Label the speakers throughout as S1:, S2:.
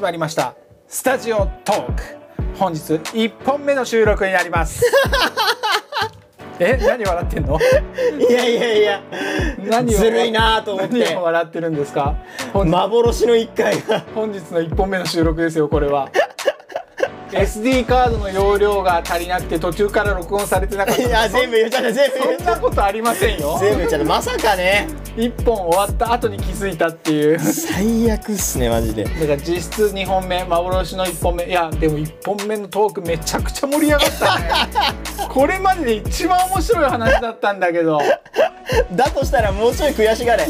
S1: まりましたスタジオトーク本日一本目の収録になります え何笑ってんの
S2: いやいやいや
S1: 何を
S2: ずるいなと思っ
S1: 何
S2: て
S1: を笑ってるんですか本日
S2: 幻の一回が
S1: 本日の1本目の収録ですよこれ は SD カードの容量が足りなくて途中から録音されてなかっ
S2: い
S1: た
S2: や全部言っちゃった全部
S1: そ
S2: 言っ
S1: ん
S2: ちゃ
S1: な
S2: っ
S1: ことありませんよ
S2: た全部言っちゃったまさかね
S1: 1本終わった後に気づいたっていうだ
S2: 最悪っすねマジで
S1: から実質2本目幻の1本目いやでも1本目のトークめちゃくちゃ盛り上がったねこれまでで一番面白い話だったんだけど
S2: だとしたらもうちょい悔しがれ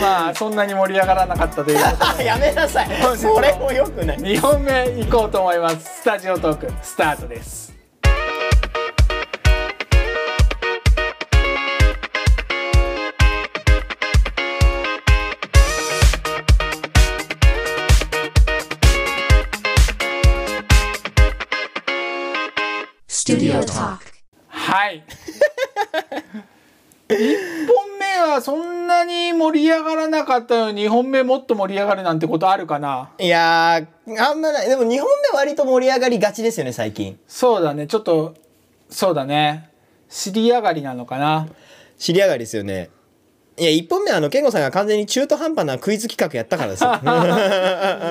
S1: まあそんなに盛り上がらなかったということ
S2: やめなさいそれもよくない
S1: で2本目行こうと思いますスタジオトークスタートですはい。1本目はそんなに盛り上がらなかったのに2本目もっと盛り上がるなんてことあるかない
S2: やーあんまないでも2本目割と盛り上がりがちですよね最近
S1: そうだねちょっとそうだね尻上がりなのかな
S2: 知り上がりですよねいや1本目はあの健吾さんが完全に中途半端なクイズ企画やったから ですよ
S1: い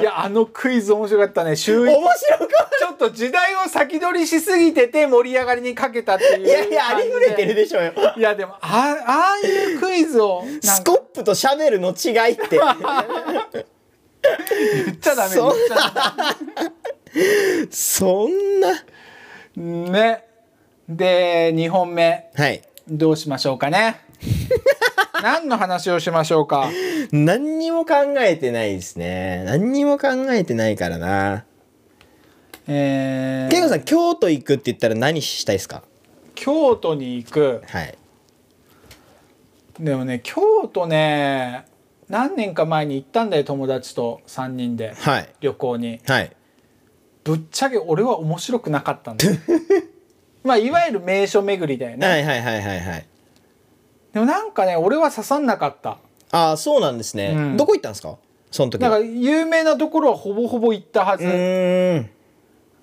S1: やあのクイズ面白かったね週一
S2: 面白かっ
S1: ちょっと時代を先取りしすぎてて盛り上がりにかけたっていう
S2: たいやいやありふれてるでしょうよ
S1: いやでもあああいうクイズをなんか
S2: スコップとシャベルの違いって
S1: 言っちゃダメ言
S2: そ
S1: っ
S2: ん
S1: ちゃダメ
S2: そんな
S1: ねで2本目
S2: はい
S1: どうしましょうかね。 何の話をしましょうか。
S2: 何にも考えてないですね何にも考えてないからな
S1: え
S2: 健吾さ
S1: ー、
S2: ん京都行くって言ったら何したいですか
S1: 京都に行く。
S2: はい
S1: でもね、京都ね、何年か前に行ったんだよ、友達と3人で
S2: はい
S1: 旅行に。
S2: はい
S1: ぶっちゃけ俺は面白くなかったんだよ。 まあ、いわゆる名所巡りだよね。
S2: はいはいはいはいはい
S1: でもなんかね、俺は刺さんなかった。
S2: ああそうなんですね、
S1: うん
S2: どこ行ったんですかその時
S1: だから有名なところはほぼほぼ行ったは
S2: う
S1: ず。
S2: ーん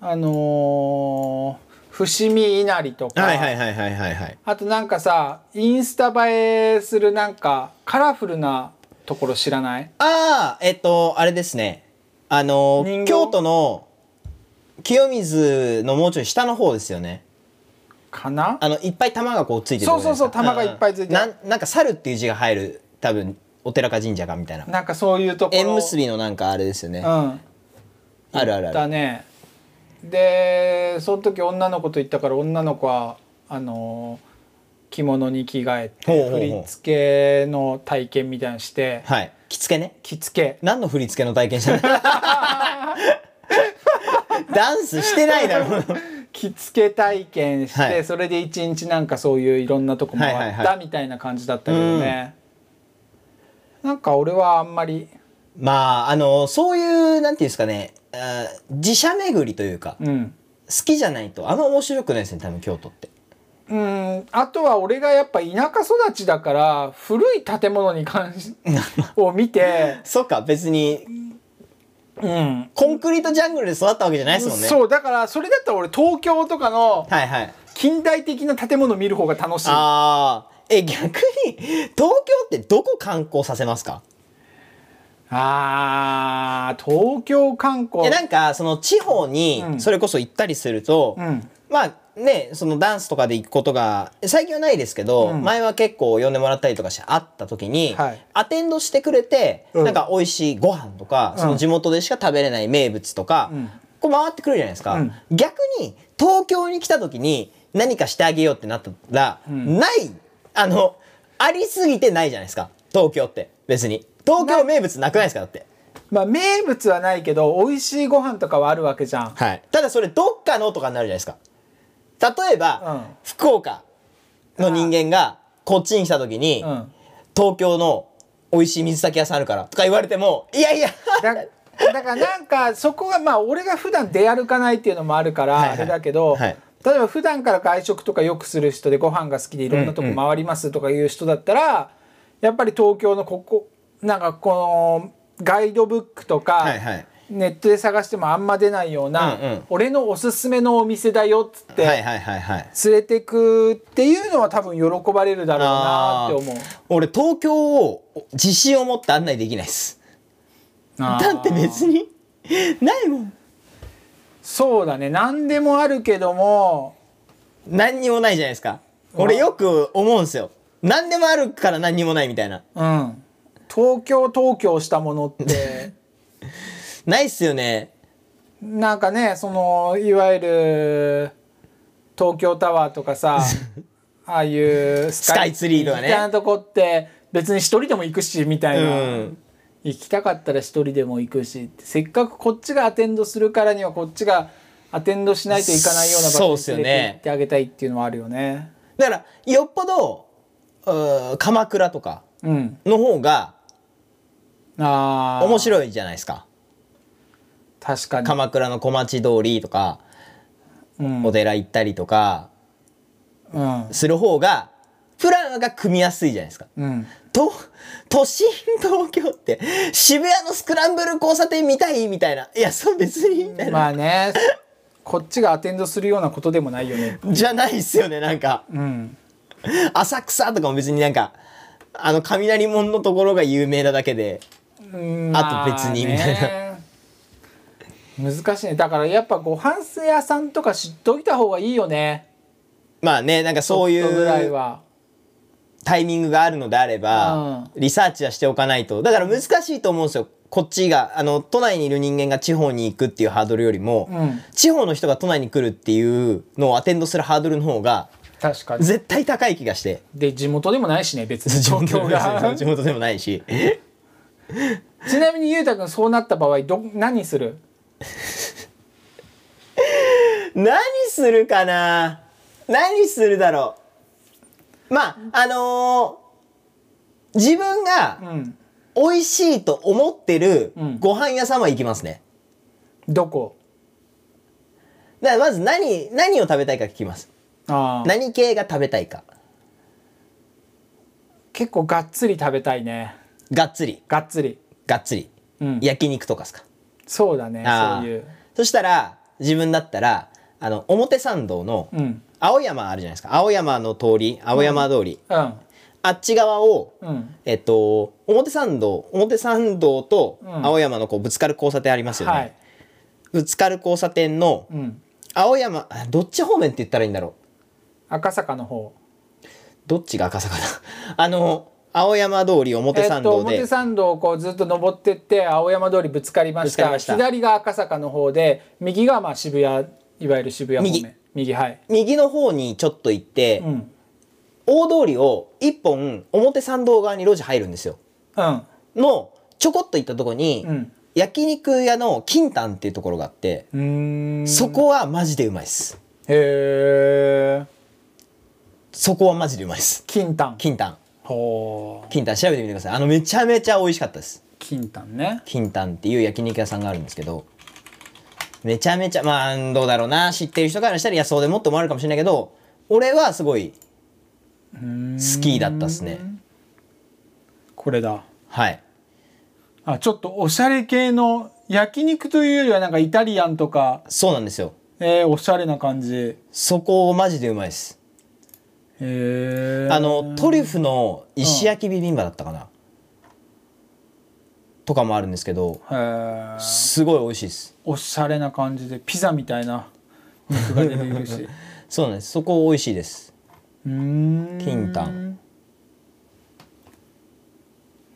S1: あのー伏見稲荷とか。
S2: はいはいはいはいはいはい
S1: あとなんかさインスタ映えするなんかカラフルなところ知らない
S2: ああえっとあれですねあの
S1: 人形
S2: 京都の清水のもうちょい下の方ですよね
S1: かな
S2: あのいっぱい玉がこうついてるとこ
S1: そうそうそう
S2: ですか
S1: 玉がいっぱいついてる
S2: なんなんか猿っていう字が入る多分お寺か神社かみたいな
S1: なんかそういうところ
S2: 縁結びのなんかあれですよね
S1: う
S2: あ
S1: ん
S2: るあるあ
S1: だ
S2: る
S1: ねでその時女の子と行ったから女の子はあのー着物に着替えて
S2: ほうほうほう
S1: 振り付けの体験みたいなのして
S2: はい着付けね
S1: 着付け
S2: 何の振り付けの体 験したのダンスしてないだろう
S1: 着付け体験して、
S2: はい
S1: それで一日なんかそういういろんなとこ
S2: はいはい
S1: 回っ
S2: は
S1: た
S2: い
S1: みたいな感じだったけどね、なんか俺はあんまり
S2: まああのそういうなんていうんですかねあー自社巡りというか好
S1: うん
S2: きじゃないとあんま面白くないですね多分京都って
S1: うん、あとは俺がやっぱ田舎育ちだから古い建物に関しを見て、
S2: そっか別に
S1: うん
S2: コンクリートジャングルで育ったわけじゃないですもんね
S1: そうだからそれだったら俺東京とかの
S2: はいはい
S1: 近代的な建物見る方が楽しい
S2: ああえ逆に東京ってどこ観光させますか
S1: あー東京観光
S2: えなんかその地方に
S1: うん
S2: それこそ行ったりすると、
S1: うん
S2: まあねそのダンスとかで行くことが最近はないですけど、
S1: うん
S2: 前は結構呼んでもらったりとかして会った時に、
S1: はい
S2: アテンドしてくれて、
S1: うん
S2: なんか美味しいご飯とかその地元でしか食べれない名物とか、
S1: うん
S2: こう回ってくるじゃないですか、
S1: うん
S2: 逆に東京に来た時に何かしてあげようってなったら、
S1: ん
S2: ないあのありすぎてないじゃないですか東京って別に東京名物なくないですかだって。
S1: まあ名物はないけど美味しいご飯とかはあるわけじゃん
S2: はい、ただそれどっかのとかになるじゃないですか例えば、
S1: うん
S2: 福岡の人間がこっちに来た時に、
S1: うん
S2: 東京の美味しい水炊き屋さんあるからとか言われてもいやいや
S1: だだからなんかそこがまあ俺が普段出歩かないっていうのもあるか
S2: はいは
S1: らあ
S2: い
S1: れだけど、
S2: はい
S1: 例えば普段から外食とかよくする人でご飯が好きでいろんなとこ回りますとかいう人だったら、やっぱり東京のここなんかこのガイドブックとか、
S2: はいはい
S1: ネットで探してもあんま出ないような、
S2: うんうん
S1: 俺のおすすめのお店だよっつって、
S2: はいはいはいはい
S1: 連れてくっていうのは多分喜ばれるだろうなって思う。
S2: 俺東京を自信を持って案内できないです
S1: あー
S2: だって別にないもん
S1: そうだね何でもあるけども
S2: 何にもないじゃないですか俺よく思うんですよ何でもあるから何にもないみたいな
S1: うん東京東京したものって
S2: ないっすよね
S1: なんかねそのいわゆる東京タワーとか さああいうス
S2: スカイツリーとかね
S1: みたいなとこって別に一人でも行くしみた
S2: う
S1: いな、
S2: ん
S1: 行きたかったら一人でも行くしせっかくこっちがアテンドするからにはこっちがアテンドしないといかないような場
S2: そうっす
S1: 所
S2: よ
S1: に
S2: ね
S1: 連れて行ってあげたいっていうのはあるよね。
S2: だからよっぽどうー鎌倉とか
S1: うん、
S2: の方が
S1: あー
S2: 面白いじゃないですか
S1: 確かに、
S2: 鎌倉の小町通りとか
S1: うん
S2: お寺行ったりとか
S1: うん
S2: する方がプランが組みやすいじゃないですか
S1: うん、
S2: と都心東京って渋谷のスクランブル交差点見たいみたいないやそう別にみたいな、
S1: まあねこっちがアテンドするようなことでもないよね
S2: じゃないっすよねなんか
S1: うん
S2: 浅草とかも別になんかあの雷門のところが有名なだけで
S1: うん
S2: あと別にみたいな
S1: な難しいねだからやっぱご飯屋さんとか知っといた方がいいよね
S2: まあねなんかそうい
S1: ちょっとぐらいうは
S2: タイミングがあるのであれば、リサーチはしておかないとだから難しいと思うんですよこっちがあの都内にいる人間が地方に行くっていうハードルよりも、
S1: うん
S2: 地方の人が都内に来るっていうのをアテンドするハードルの方が
S1: 確かに
S2: 絶対高い気がして
S1: で地元でもないしね別に
S2: 地
S1: 状
S2: 元で
S1: 況
S2: も
S1: が
S2: 地元でもないし
S1: ちなみにゆうたくんそうなった場合ど何する
S2: 何するかな何するだろうまああのー自分
S1: う
S2: が
S1: ん
S2: 美味しいと思ってる
S1: うん
S2: ご飯屋さんは行きますね
S1: どこ
S2: だからまず何何を食べたいか聞きます
S1: ああ
S2: 何系が食べたいか
S1: 結構がっつり食べたいね
S2: がっつり
S1: がっつり
S2: がっつり
S1: うん
S2: 焼肉とかっすか
S1: そうだね
S2: あ
S1: そう
S2: ー
S1: いう
S2: そしたら自分だったらあの表参道の
S1: うん
S2: 青山あるじゃないですか青山の通り青山通り、
S1: うん
S2: あっち側を
S1: うん
S2: えっと表参道表参道と
S1: うん
S2: 青山のこうぶつかる交差点ありますよね、
S1: はい
S2: ぶつかる交差点の
S1: うん
S2: 青山あどっち方面って言ったらいいんだろ
S1: 赤坂の方
S2: うどっちが赤坂だ あの青山通り表参道
S1: えっと、
S2: で、
S1: 表参道をこうずっと登ってって青山通りぶつかりまし
S2: ぶつか
S1: た
S2: りました
S1: 左が赤坂の方で右がまあ渋谷いわゆる渋谷方面
S2: 右
S1: 右はい、
S2: 右の方にちょっと行って、
S1: うん、うん
S2: 大通りを一本表参道側に路地入るんですよ
S1: うん
S2: のちょこっと行ったとこに、
S1: うん
S2: 焼肉屋の金丹っていうところがあって、
S1: うーん
S2: そこはマジでうまいです
S1: へえ
S2: そこはマジでうまいです
S1: 金丹
S2: 金丹
S1: ほう
S2: 金丹調べてみてくださいあのめちゃめちゃ美味しかったです
S1: 金丹ね
S2: 金丹っていう焼肉屋さんがあるんですけどめちゃめちゃまあどうだろうな知ってる人からしたらいやそうでもって思われるかもしれないけど俺はすごいう
S1: ーん
S2: 好きだったっすね
S1: これだ
S2: はい
S1: あちょっとおしゃれ系の焼肉というよりはなんかイタリアンとか、
S2: そうなんですよ
S1: えー、おしゃれな感じへ
S2: そこマジでうまいです
S1: え
S2: あのトリュフの石焼きビビンバだったかな、とかもあるんですけど
S1: へー
S2: すごい美味しいです
S1: おしゃれな感じでピザみたいな肉が出てくる し
S2: そうなんですそこ美味しいです
S1: うーん
S2: 金丹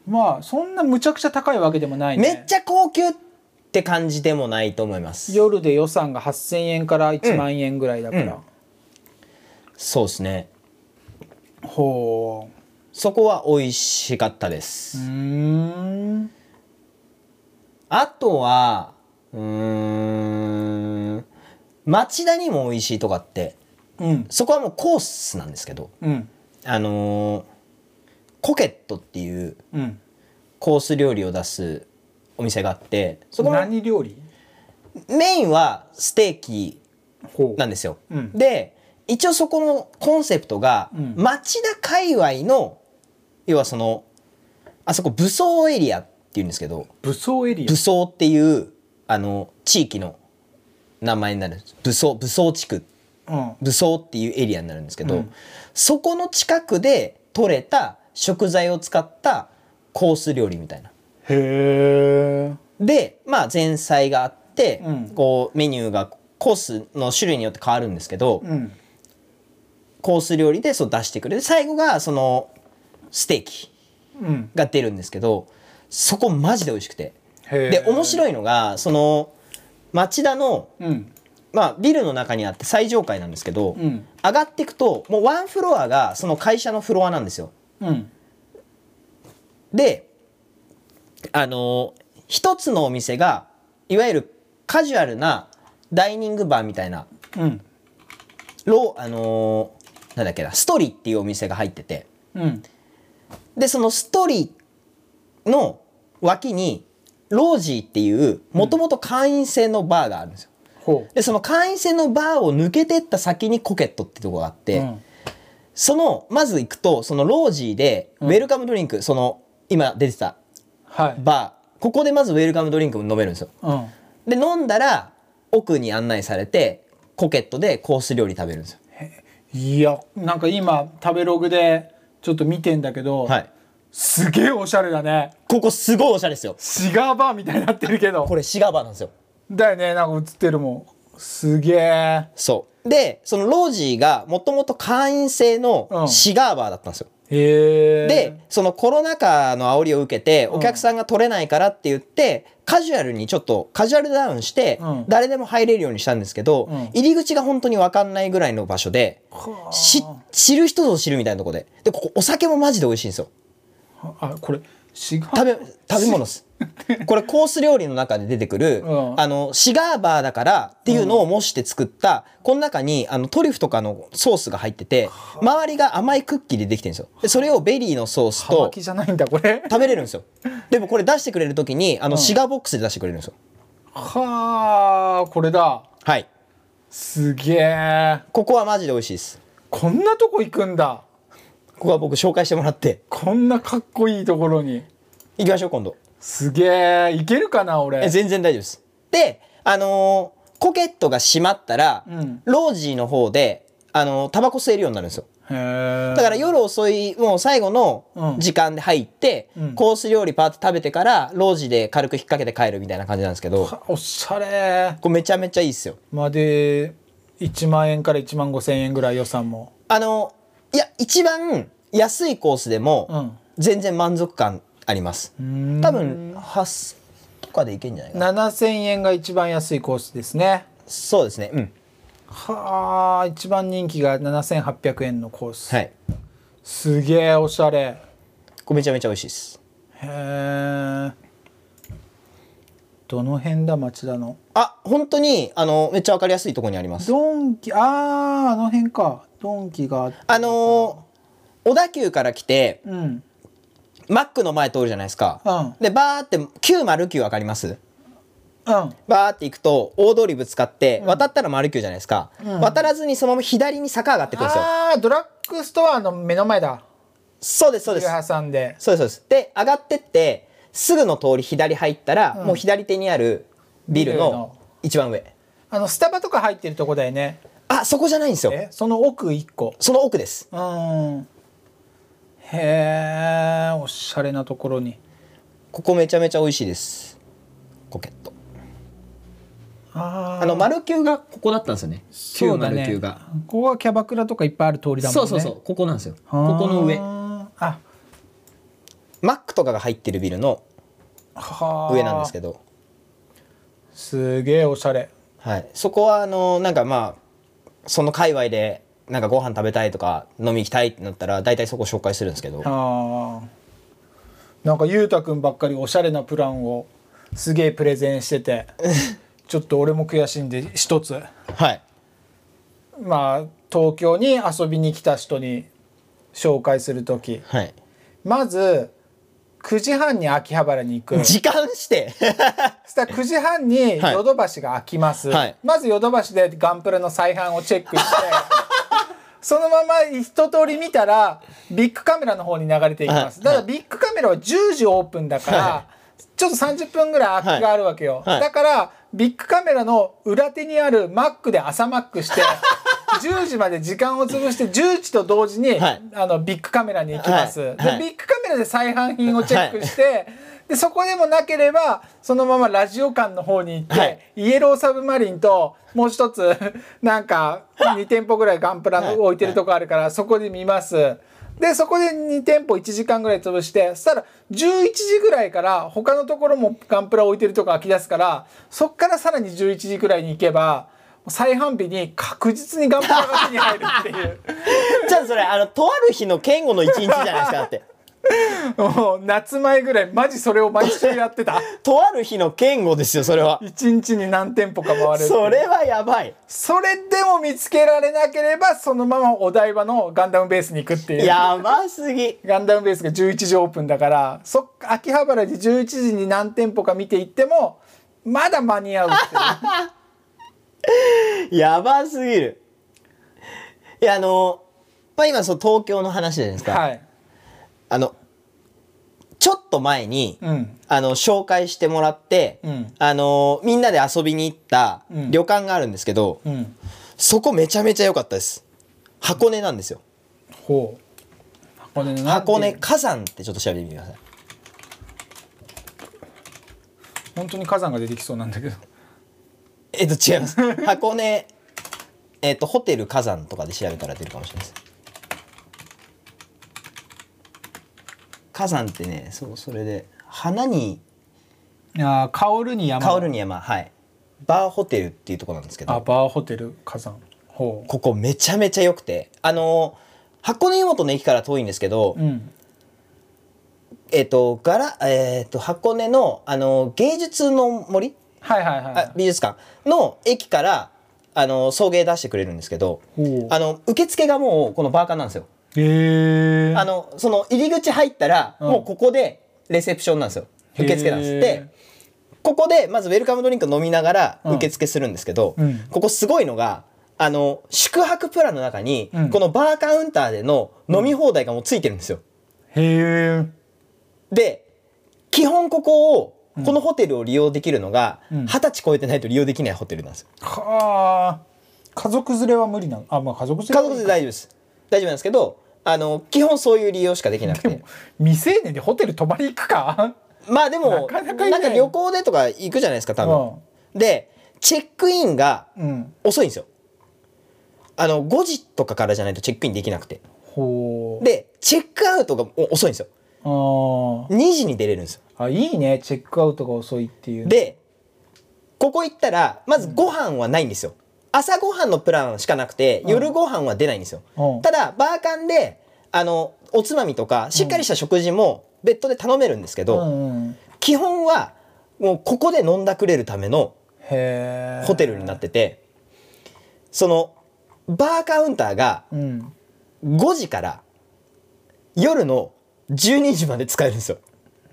S1: まあそんなむちゃくちゃ高いわけでもないね
S2: めっちゃ高級って感じでもないと思います
S1: 夜で予算が8,000円から1万円ぐらいだから、
S2: そうですね
S1: ほ
S2: そこは美味しかったで
S1: うう
S2: す、
S1: ーん
S2: あとはうーん町田にも美味しいとかって
S1: うん
S2: そこはもうコースなんですけど
S1: うん
S2: あのーコケットっていう
S1: うん
S2: コース料理を出すお店があってそこの
S1: 何料理
S2: メインはステーキ
S1: ほ
S2: なんですよ、
S1: うん
S2: で一応そこのコンセプトが、
S1: うん
S2: 町田界隈の要はそのあそこ武装エリアっていうんですけど
S1: 武装エリ
S2: 武装っていうあの地域の名前になるんです武装武装地区
S1: ア、うん、
S2: 武装っていうエリアになるんですけど、
S1: うん
S2: そこの近くで取れた食材を使ったコース料理みたいな。
S1: へえ
S2: で、まあ、前菜があって、
S1: うん
S2: こうメニューがコースの種類によって変わるんですけど、
S1: うん
S2: コース料理でそう出してくれる最後がそのステーキ
S1: うん
S2: が出るんですけどそこマジで美味しくて。
S1: へ
S2: で面
S1: い
S2: 白いのがその町田の、
S1: うん
S2: まあ、ビルの中にあって最上階なんですけど、
S1: うん
S2: 上がっていくともうワンフロアがその会社のフロアなんですよ。
S1: うん
S2: であの一つのお店がいわゆるカジュアルなダイニングバーみたいな
S1: うん
S2: ローあのなんだっけなストリっていうお店が入ってて
S1: うん
S2: でそのストリの脇にロージーっていうもともと会員制のバーがあるんですよ。
S1: ほう
S2: でその会員制のバーを抜けてった先にコケットってとこがあって、
S1: うん
S2: そのまず行くとそのロージーでウェルカムドリンク、その今出てた
S1: はい
S2: バーここでまずウェルカムドリンクも飲めるんですよ
S1: うん
S2: で飲んだら奥に案内されてコケットでコース料理食べるんですよ
S1: いやなんか今食べログでちょっと見てんだけど、
S2: はい
S1: すげえおしゃれだね
S2: ここすごいおしゃれですよ
S1: シガーバーみたいになってるけど
S2: これシガバーなんですよ
S1: だよねなんか映ってるもんすげえ
S2: そうでそのロージーがもともと会員制
S1: う
S2: の
S1: ん
S2: シガーバーだったんですよ、
S1: へえ
S2: でそのコロナ禍の煽りを受けてお客さんが取れないからって言って、カジュアルにちょっとカジュアルダウンして、
S1: うん
S2: 誰でも入れるようにしたんですけど、
S1: うん
S2: 入り口が本当に分かんないぐらいの場所で、
S1: はあ
S2: し知る人ぞ知るみたいなとこででここお酒もマジで美味しいんですよ
S1: あこれシガー
S2: 食べ食べ物です これコース料理の中で出てくる、
S1: うん
S2: あのシガーバーだからっていうのを模して作った、この中にあのトリュフとかのソースが入ってて周りが甘いクッキーでできてるんですよでそれをベリーのソース
S1: 葉
S2: と
S1: 巻じゃないんだこれ
S2: 食べれるんですよでもこれ出してくれる時にあのシガーボックスで出してくれるんですよ
S1: はあこれだ
S2: はい
S1: すげえ
S2: ここはマジで美味しいです
S1: こんなとこ行くんだ
S2: ここは僕紹介してもらって
S1: こんなかっこいいところに
S2: 行きましょう今度
S1: すげえいけるかな
S2: え
S1: 俺
S2: 全然大丈夫ですであのーコケットが閉まったら、
S1: うん
S2: ロージーの方であのータバコ吸えるようになるんですよ
S1: へえ
S2: だから夜遅いもう最後の
S1: うん
S2: 時間で入って、
S1: うん
S2: コース料理パーって食べてからロージーで軽く引っ掛けて帰るみたいな感じなんですけどこ
S1: はおしゃれ
S2: れめちゃめちゃいいっすよ
S1: まあで1万円から1万5千円ぐらい予算も
S2: あのーいや一番安いコースでも、
S1: うん
S2: 全然満足感あります
S1: ん
S2: 多分8とかでいけんじゃないかな
S1: 7000円が一番安いコースですね
S2: そうですねうん
S1: はあ一番人気が7800円のコース、
S2: はい
S1: すげえおしゃれ
S2: これめちゃめちゃ美味しいです
S1: へえどの辺だ町田の
S2: あ本当にあのめっちゃわかりやすいところにあります
S1: ドンキあああの辺かドンキがあって
S2: あのー小田急から来て
S1: うん
S2: マックの前通るじゃないですか、
S1: うん
S2: でバーって909わかります
S1: うん
S2: バーって行くと大通りぶつかって渡ったら丸9じゃないですか、
S1: うん
S2: 渡らずにそのまま左に坂上がってくるんですよ
S1: ああドラッグストアの目の前だ
S2: そうですそうです
S1: ビル挟んで
S2: そうですそうですで上がってってすぐの通り左入ったら、
S1: うん
S2: もう左手にあるビル
S1: ビル
S2: の
S1: の
S2: 一番上
S1: あのスタバとか入ってるとこだよね
S2: あそこじゃないんですよ
S1: えその奥1個
S2: その奥です
S1: うんへえおしゃれなところに
S2: ここめちゃめちゃ美味しいですコケット
S1: あー
S2: あの丸9がここだったんですよね
S1: そうだね
S2: 909が
S1: ここはキャバクラとかいっぱいある通りだもんね
S2: そうそうそうここなんですよ
S1: あー
S2: ここの上
S1: あ
S2: マックとかが入ってるビルの
S1: は
S2: 上なんですけ
S1: ど
S2: ど
S1: すげえおしゃれ
S2: はい、そこはあのなんかまあその界隈でなんかご飯食べたいとか飲み行きたいってなったら大体そこ紹介するんですけど
S1: あーなんかゆうたくんばっかりおしゃれなプランをすげえプレゼンしててちょっと俺も悔しいんで一つ
S2: はい
S1: まあ東京に遊びに来た人に紹介する時
S2: はい
S1: まず9時半に秋葉原に行く
S2: 時間して
S1: そしたら9時半に
S2: はい
S1: ヨドバシが開きます、
S2: はい
S1: まずヨドバシでガンプラの再販をチェック してそのまま一通り見たらビッグカメラの方に流れていきます、
S2: はい
S1: ただビッグカメラは10時オープンだから、ちょっと30分ぐらい空きがあるわけよ、
S2: はいはい
S1: だからビッグカメラの裏手にあるマックで朝マックして10時まで時間を潰して10時と同時に、
S2: はい
S1: あのビッグカメラに行きます、
S2: はい
S1: で
S2: はい
S1: ビッグカメラで再販品をチェックして、でそこでもなければそのままラジオ館の方に行って、
S2: はい
S1: イエローサブマリンともう一つ なんか2店舗ぐらいガンプラの置いてるとこあるからそこで見ます。でそこで2店舗1時間ぐらい潰してそしたら11時ぐらいから他のところもガンプラ置いてるとこ開き出すからそっからさらに11時ぐらいに行けば再販日に確実にガンプラが手に入るって いう
S2: じゃあそれあのとある日の健吾の一日じゃないですかだって
S1: もう夏前ぐらいマジそれを毎週やってた
S2: とある日の健吾ですよそれは
S1: 1日に何店舗か回るっていう
S2: それはやばい
S1: それでも見つけられなければそのままお台場のガンダムベースに行くっていう
S2: やばすぎ
S1: ガンダムベースが11時オープンだからそっか秋葉原で11時に何店舗か見ていってもまだ間に合うっていう
S2: やばすぎるいやあのまあ今そう東京の話じゃない ですか、
S1: はい
S2: あのちょっと前に、
S1: うん
S2: あの紹介してもらって、
S1: うん
S2: あのみんなで遊びに行った
S1: うん
S2: 旅館があるんですけど、
S1: うん
S2: そこめちゃめちゃ良かったです箱根なんですよ
S1: ほう箱根のなんていう
S2: 箱根火山ってちょっと調べてみてください
S1: 本当に火山が出てきそうなんだけど
S2: えっと違います 箱根えっとホテル火山とかで調べたら出るかもしれないです火山ってねそうそれで花に
S1: いやー香るに山
S2: 香るに山はいバーホテルっていうところなんですけ
S1: あ
S2: ど
S1: バーホテル火山ほ
S2: ここめちゃめちゃ良くてあの箱根湯本の駅から遠いんですけど、
S1: ううん
S2: えっと柄えっと箱根のあの芸術の森
S1: はいはいはい
S2: あ美術館の駅からあの送迎出してくれるんですけど
S1: ほう
S2: あの受付がもうこのバーカーなんですよ。
S1: へえ
S2: あのその入り口入ったら、
S1: うん
S2: もうここでレセプションなんですよ受付なんです。でここでまずウェルカムドリンク飲みながら
S1: うん
S2: 受付するんですけど、
S1: うん
S2: ここすごいのがあの宿泊プランの中に、
S1: うん
S2: このバーカウンターでの飲み放題がもうついてるんですよ。
S1: へえ
S2: で基本ここをこのホテルを利用できるのが
S1: うん
S2: 二十、歳超えてないと利用できないホテルなんですよ。
S1: はあ家族連れは無理なのあまあ家族連れ
S2: 家
S1: は
S2: 族で大丈夫です大丈夫なんですけどあの基本そういう利用しかできなく
S1: で
S2: て
S1: も未成年でホテル泊まり行くか
S2: まあでも
S1: なかなかいな
S2: ないんか旅行でとか行くじゃないですか多分でチェックインが
S1: うん
S2: 遅いんですよあの5時とかからじゃないとチェックインできなくて
S1: ほう
S2: でチェックアウトがお遅いんですよ
S1: あー
S2: 2時に出れるんですよ
S1: あいいねチェックアウトが遅いっていう
S2: でここ行ったらまずご飯はないんですよ朝ご飯のプランしかなくて
S1: うん
S2: 夜ご飯は出ないんですよ、
S1: うん
S2: ただバーカンであのおつまみとかしっかりした食事も別途で頼めるんですけ
S1: う
S2: ど、
S1: んうん
S2: 基本はもうここで飲んだくれるための
S1: へえ
S2: ホテルになっててそのバーカウンターが
S1: うん
S2: 5時から夜の12時まで使えるんですよ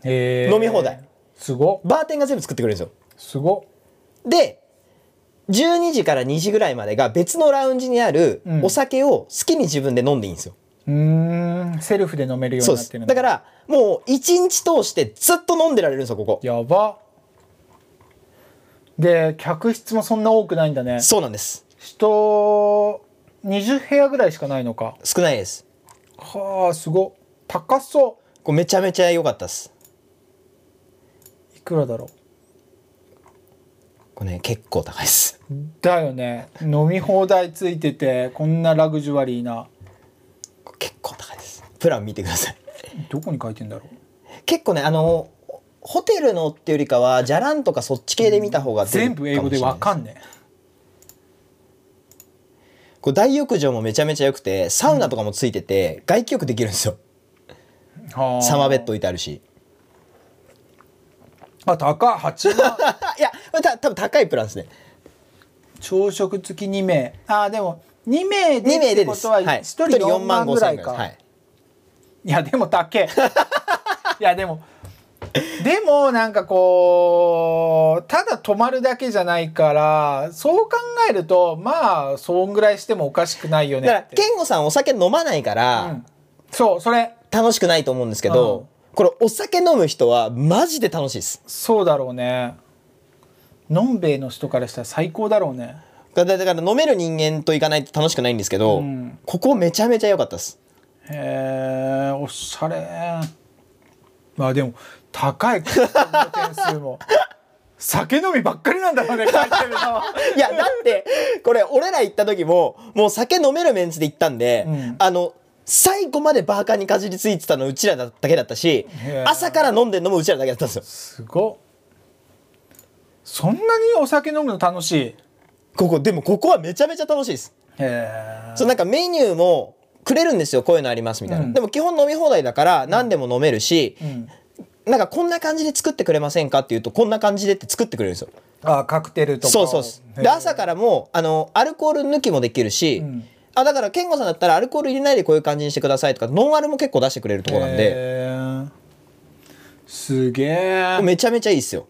S1: へえ
S2: 飲み放題
S1: すご
S2: バーテンが全部作ってくれるんですよ
S1: すご
S2: で12時から2時ぐらいまでが別のラウンジにある
S1: うん
S2: お酒を好きに自分で飲んでいいんですよ、
S1: うーんセルフで飲めるよう
S2: そう
S1: にな
S2: で
S1: って
S2: す
S1: るん
S2: だからもう一日通してずっと飲んでられるんですよここ
S1: やばで客室もそんな多くないんだね
S2: そうなんです
S1: 人20部屋ぐらいしかないのか
S2: 少ないです
S1: はあすご高そ
S2: これめちゃめちゃ良かったです
S1: ういくらだろ
S2: これね結構高いです
S1: うだよね飲み放題ついててこんなラグジュアリーな
S2: 結構高いですプラン見てください
S1: どこに書いてんだろ
S2: 結構ねあのホテルのっていうよりかはじゃらんとかそっち系で見た方が
S1: う全部英語でわか
S2: ん
S1: んね
S2: こう大浴場もめちゃめちゃ良くてサウナとかもついてて、外気浴できるんですよ
S1: えはあ
S2: サマーベッド置いてあるし
S1: あ高い8万
S2: いやこれた多分高いプランですね
S1: 朝食付き2名ああでも2名で
S2: 2名
S1: って
S2: でで
S1: こ
S2: す
S1: とは
S2: はい
S1: 1人4万ぐらいか、、
S2: はいい、
S1: やでも高え いやでもでもなんかこうただ泊まるだけじゃないからそう考えるとまあそんぐらいしてもおかしくないよ
S2: だ
S1: ね
S2: から
S1: って
S2: 健吾さんお酒飲まないか
S1: う
S2: ら
S1: んそうそれ
S2: 楽しくないと思うんですけど、これお酒飲む人はマジで楽しいです
S1: そうだろうねのんべいの人からしたら最高だろうね
S2: だだから飲める人間と行かないと楽しくないんですけど、
S1: うん
S2: ここめちゃめちゃ良かったです
S1: へえおしゃれまあでも高 い点数も酒飲みばっかりなんだろうね書いてるの はい
S2: やだってこれ俺ら行った時ももう酒飲めるメンツで行ったんで、
S1: うん
S2: あの最後までバーカーにかじりついてたのうちらだけだったし
S1: へー
S2: 朝から飲んでんのもうちらだけだったんですよ
S1: すごっそんなにお酒飲むの楽しいへ
S2: ここでもここはめちゃめちゃ楽しいです
S1: え
S2: そうなんかメニューもくれるんですよこういうのありますみたいな、
S1: うん
S2: でも基本飲み放題だから何でも飲めるし、
S1: うん、
S2: なんかこんな感じで作ってくれませんかっていうとこんな感じでって作ってくれるんですよ
S1: あカクテルとか
S2: そ
S1: を
S2: うそうそう
S1: へえ
S2: で朝からもうあのアルコール抜きもできるし、
S1: うん
S2: あだから健吾さんだったらアルコール入れないでこういう感じにしてくださいとかノンアルも結構出してくれるところなんで、
S1: へえすげえ
S2: めちゃめちゃいいっすよ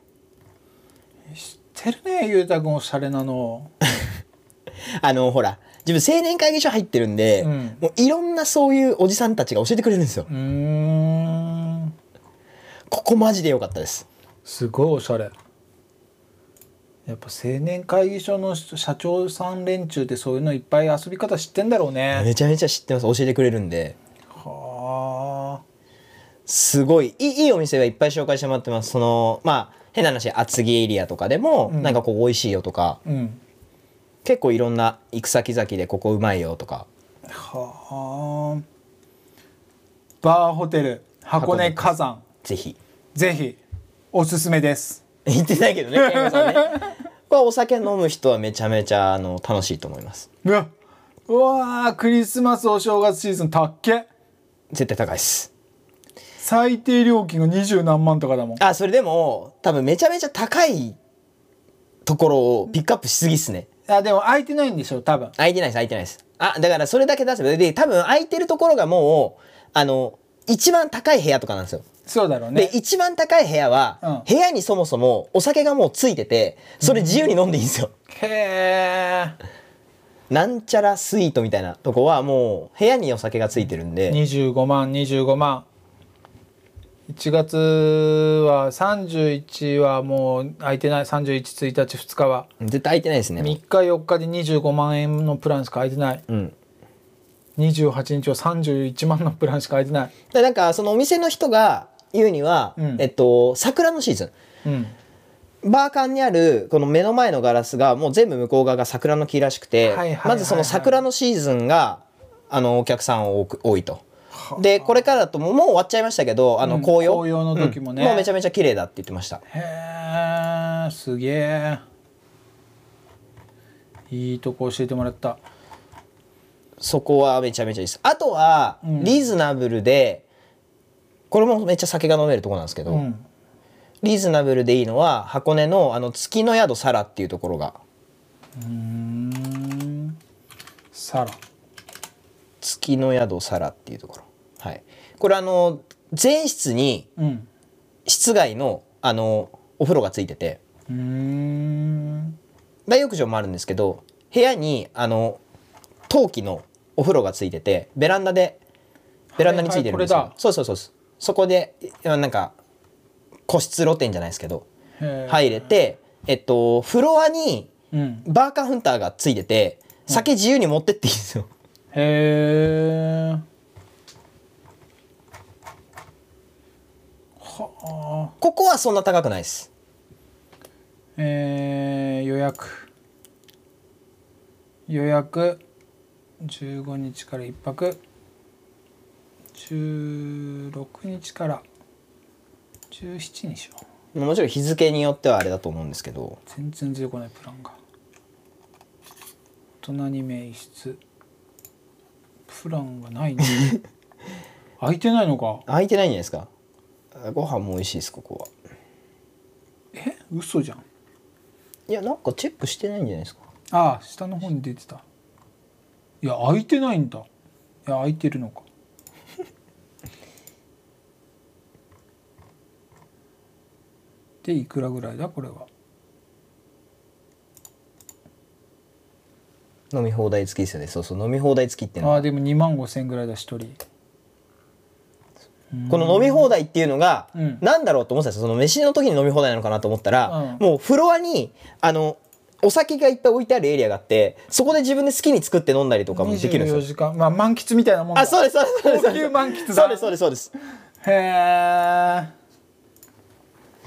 S1: てるねゆうたくんおしゃれなの
S2: あのほら自分青年会議所入ってるんで、
S1: うん
S2: もういろんなそういうおじさんたちが教えてくれるんですよ
S1: うーん
S2: ここマジで良かったです
S1: すごいおしゃれやっぱ青年会議所の社長さん連中ってそういうのいっぱい遊び方知ってんだろうね
S2: めちゃめちゃ知ってます教えてくれるんで
S1: は
S2: すごいいいいいお店がいっぱい紹介してもらってますそのまあ変な話厚木エリアとかでも、
S1: うん
S2: なんかここ美味しいよとか
S1: あうん
S2: 結構いろんな行く先々でここうまいよとか
S1: はあバーホテル箱根火山
S2: ぜひ
S1: ぜひおすすめです
S2: 言ってないけどね健 吾さんねこれはお酒飲む人はめちゃめちゃあの楽しいと思います
S1: うわうわあクリスマスお正月シーズンたっけ
S2: 絶対高いです
S1: 最低料金が二十何万とかだもん
S2: あそれでも多分めちゃめちゃ高いところをピックアップしすぎっすね
S1: あでも空いてないんでしょ多分
S2: 空いてないです空いてないですあだからそれだけ出せばで多分空いてるところがもうあの一番高い部屋とかなんですよ
S1: そうだろう
S2: で
S1: ね
S2: 一番高い部屋は、
S1: うん
S2: 部屋にそもそもお酒がもうついててそれ自由に飲んでいいんですよ、
S1: へえ
S2: なんちゃらスイートみたいなとこはもう部屋にお酒がついてるんで、
S1: 25万25万1月は31はもう空いてない311日2日は
S2: 絶対空いてないですね
S1: 3日4日で25万円のプランしか空いてない
S2: うん
S1: 28日は31万のプランしか空いてない
S2: でなんかそのお店の人が言うには、
S1: うん
S2: えっと桜のシーズ
S1: うん
S2: ンバーカンにあるこの目の前のガラスがもう全部向こう側が桜の木らしくて、
S1: はいはいはいはい
S2: まずその桜のシーズンがあのお客さん多く多いと。でこれからだともうもう終わっちゃいましたけどあ
S1: う
S2: の
S1: ん
S2: 紅葉、
S1: 紅葉の時もね
S2: うんもうめちゃめちゃ綺麗だって言ってました
S1: へえすげえいいとこ教えてもらった
S2: そこはめちゃめちゃいいですあとは
S1: うん
S2: リーズナブルで、これもめっちゃ酒が飲めるところなんですけど、
S1: うん
S2: リーズナブルでいいのは箱根のあの月の宿サラっていうところが
S1: うーんサラ
S2: 月の宿サラっていうところはいこれあの全室に
S1: うん
S2: 室外のあのお風呂がついてて
S1: うーん
S2: 大浴場もあるんですけど部屋にあの陶器のお風呂がついててベランダでベランダについてるんですよ、
S1: はいはいこれだ
S2: そうそうそうそうそこでいやなんか個室露天じゃないですけど
S1: へえ
S2: 入れてえっとフロアに
S1: うん
S2: バーカウンターがついてて酒自由に持ってっていいんですよ、
S1: へえ。はあ。
S2: ここはそんな高くないです
S1: えー、予約。予約。十五日から一泊。十六日から。十七にしよう。
S2: もちろん日付によってはあれだと思うんですけど
S1: 全然出てこないプランが。大人に名室。プランがないね。空いてないのか。
S2: 空いてないんじゃないですかあご飯も美味しいですここは
S1: え、嘘じゃん。
S2: いやなんかチェックしてないんじゃないですか
S1: ああ下の方に出てたいや開いてないんだいや開いてるのか でいくらぐらいだこれは
S2: 飲み放題付きですよねそうそう飲み放題付きっていうの
S1: あ
S2: は
S1: あでも2万5千ぐらいだ一人
S2: この飲み放題っていうのが
S1: うん
S2: なんだろうと思ってたんですよその飯の時に飲み放題なのかなと思ったら、
S1: う
S2: もうフロアにあのお酒がいっぱい置いてあるエリアがあってそこで自分で好きに作って飲んだりとかもできるんです
S1: 24
S2: よ。
S1: 時間まあ満喫みたいなもんだ
S2: あそうですそうですそうです
S1: 高級満喫だ
S2: そうですそうですそうです
S1: へえ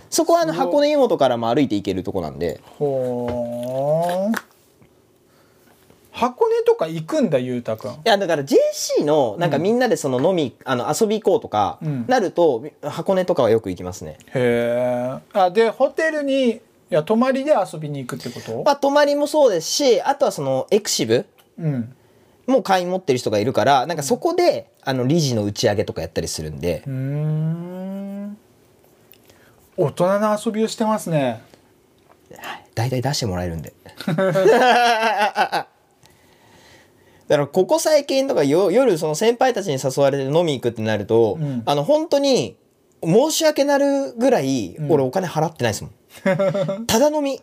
S2: そこはあの箱根湯本からも歩いて行けるとこなんで
S1: ほー箱根とか行くんだゆうたくん
S2: いやだから JC のなんかみんなでその飲み、あの遊び行こうとか
S1: うん
S2: なると箱根とかはよく行きますね、
S1: へえあでホテルにいや泊まりで遊びに行くってこと、
S2: まあ泊まりもそうですしあとはそのエクシブ
S1: うん
S2: もう会員持ってる人がいるからなんかそこであの理事の打ち上げとかやったりするんで
S1: うーん大人の遊びをしてますね
S2: 大体出してもらえる んでだからここ最近とかよ夜その先輩たちに誘われて飲み行くってなると、
S1: うん
S2: あの本当に申し訳なるぐらい
S1: ん
S2: 俺お金払ってないですも ん、ただ飲み
S1: へ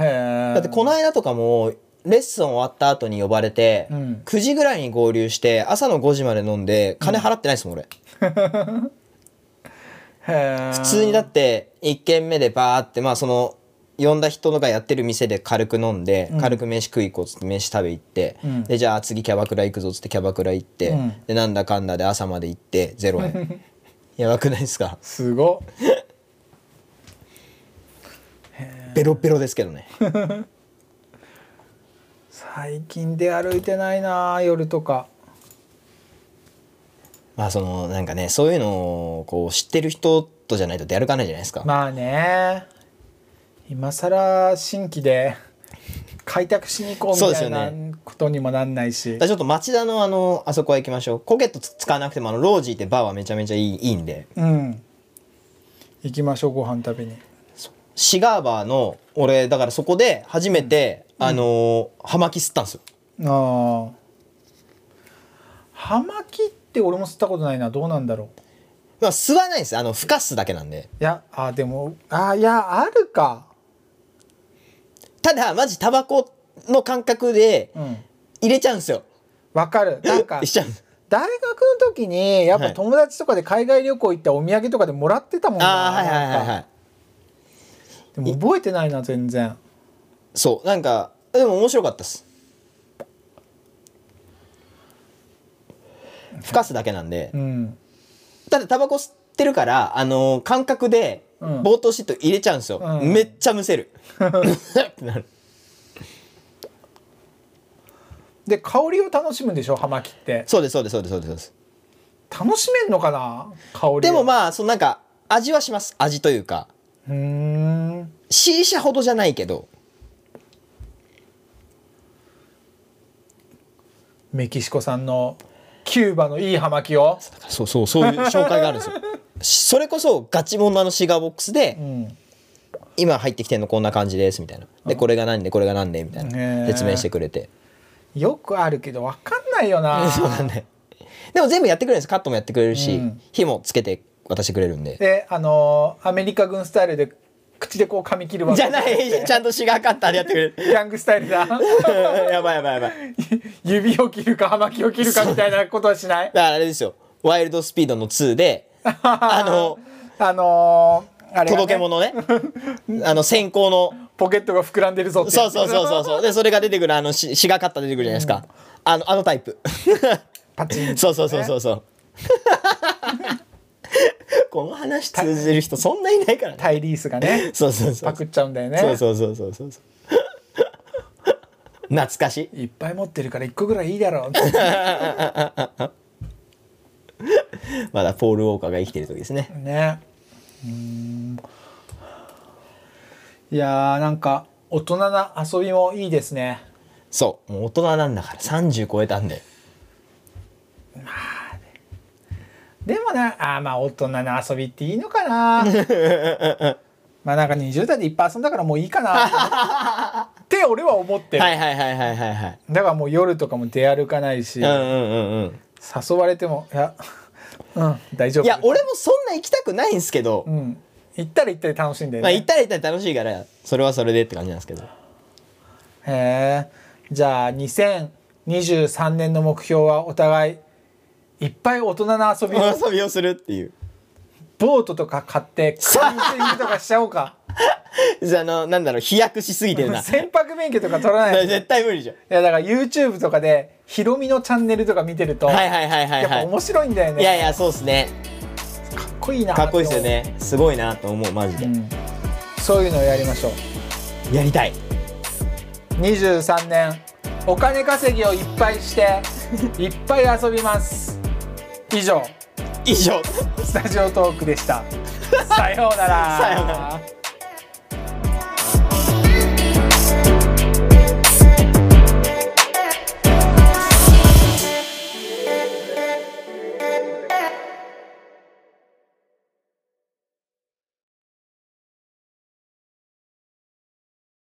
S1: え
S2: だってこの間とかもレッスン終わった後に呼ばれて、
S1: うん
S2: 9時ぐらいに合流して朝の5時まで飲んで金払ってないですもん俺、
S1: へ
S2: 普通にだ
S1: っ
S2: って1軒目でバーってまあその呼んだ人がやってる店で軽く飲んで、
S1: ん
S2: 軽く飯食い行こうっつって飯食べ行って、
S1: うん
S2: でじゃあ次キャバクラ行くぞっつってキャバクラ行って、
S1: うん
S2: でなんだかんだで朝まで行って0円 やばくないですか
S1: すごっ
S2: ベロベロですけどね
S1: 最近で歩いてないな夜とか
S2: まあそのなんかねそういうのをこう知ってる人とじゃないと出歩かないじゃないですか、
S1: まあね今更新規で開拓しに行こう
S2: そう
S1: み
S2: で
S1: た
S2: す
S1: い
S2: よ
S1: な
S2: ね
S1: ことにもなんないし、
S2: だからちょっと町田のあのあそこは行きましょうコケットつ使わなくてもあのロージーってバーはめちゃめちゃいいいいんで
S1: うん行きましょうご飯食べに
S2: シガーバーの俺だからそこで初めて、あのー葉巻吸ったんですよ
S1: ああ葉巻って俺も吸ったことないなどうなんだろう
S2: まあ吸わないんですあのふかすだけなんで
S1: いやあでもあいやあるか
S2: ただマジタバコの感覚で
S1: うん
S2: 入れちゃうんですよ
S1: わかるなん か
S2: しちゃう
S1: 大学の時にやっ
S2: は
S1: ぱ
S2: い
S1: 友達とかで海外旅行行ったお土産とかでもらってたもんな
S2: ああはいはいはい
S1: な
S2: は
S1: んか
S2: い
S1: でも覚えてないな全然
S2: そうなんかでも面白かったですふかすだけなんで
S1: うん
S2: ただタバコ吸ってるから、あのー感覚で
S1: うん
S2: 冒頭シート入れちゃうんですよ、
S1: うん
S2: めっちゃ むせる ってなる
S1: で香りを楽しむんでしょ葉巻って
S2: そうですそうですそうですそうですそうです
S1: 楽しめんのかな香り
S2: でも
S1: あ
S2: まあそのなんか味はします味というか
S1: うーん
S2: C 社ほどじゃないけど
S1: メキシコ産のキューバのいい葉巻を
S2: そうそうそういう紹介があるんですよ それこそガチモンのあのシガーボックスで、
S1: うん
S2: 今入ってきてんのこんな感じですみたいなでこれが何でこれが何でみたい
S1: へ
S2: な
S1: ー
S2: 説明してくれて
S1: よくあるけどわかんないよな
S2: そうなんででも全部やってくれるんですカットもやってくれるし、
S1: うん
S2: 火もつけて渡してくれるんで
S1: であのーアメリカ軍スタイルで口でこう噛み切るわけ
S2: じゃないちゃんとシガーカッターでやってくれ る
S1: ヤングスタイルだ
S2: やばいやばいやばい
S1: 指を切るか葉巻を切るかみたいなことはしない
S2: だからあれですよワイルドスピードの2であの
S1: あのー、あれがね、
S2: 届け 物ねあの先行の
S1: ポケットが膨らんでるぞって
S2: そうそうそうそうそうでそれが出てくるあのしシガーカッター出てくるじゃないですか、あのあのタイ プ
S1: パチン
S2: そうそうそうそうそう。 この話通じる人そんないないからね。
S1: タイリースがね
S2: そうそう そ
S1: パ
S2: う。
S1: クっちゃうんだよね
S2: そうそうそうそうそうそう。懐かしい。
S1: いっぱい持ってるから一個ぐらいいいだろう
S2: まだポールウォーカーが生きてる時ですね。
S1: ね うーんいやーなんか大人な遊びもいいですね
S2: そう、もう大人なんだから三十超えたんで。
S1: でもなあーまあ大人の遊びっていいのか なまあなんか20代でいっぱい遊んだからもういいかなって俺は思ってる、
S2: はいはいはいはいはいはい。
S1: だからもう夜とかも出歩かないし、
S2: うんうんうんうん。
S1: 誘われてもいや うん大丈夫
S2: いや、俺もそんな行きたくないんですけど
S1: う。ん行ったら行ったで楽しいんだよ
S2: まあ行っ
S1: ね、
S2: たら行ったら楽しいから、それはそれでって感じなんですけど。
S1: へえじゃあ2023年の目標はお互いいっぱい大人の遊びを
S2: 遊びをするっていう。
S1: ボートとか買ってカンニングとかしちゃおうか
S2: じゃあ、あの、なんだろう、飛躍しすぎ てるな。
S1: 船舶免許とか取らないとい
S2: 絶対無理じゃん。
S1: やだから YouTube とかでヒロミのチャンネルとか見てると、
S2: はいはいはいはい
S1: やっぱ
S2: は
S1: 面白いんだよ
S2: い。
S1: ね
S2: いやいや、そうっすね。
S1: かっこいいな
S2: かっこいいですよね。すごいなと思う、マジで
S1: う。んそういうのをやりましょう
S2: やりたい。
S1: 23年お金稼ぎをいっぱい していっぱい遊びます以上
S2: 以上。
S1: スタジオトークでした さようなら
S2: さようなら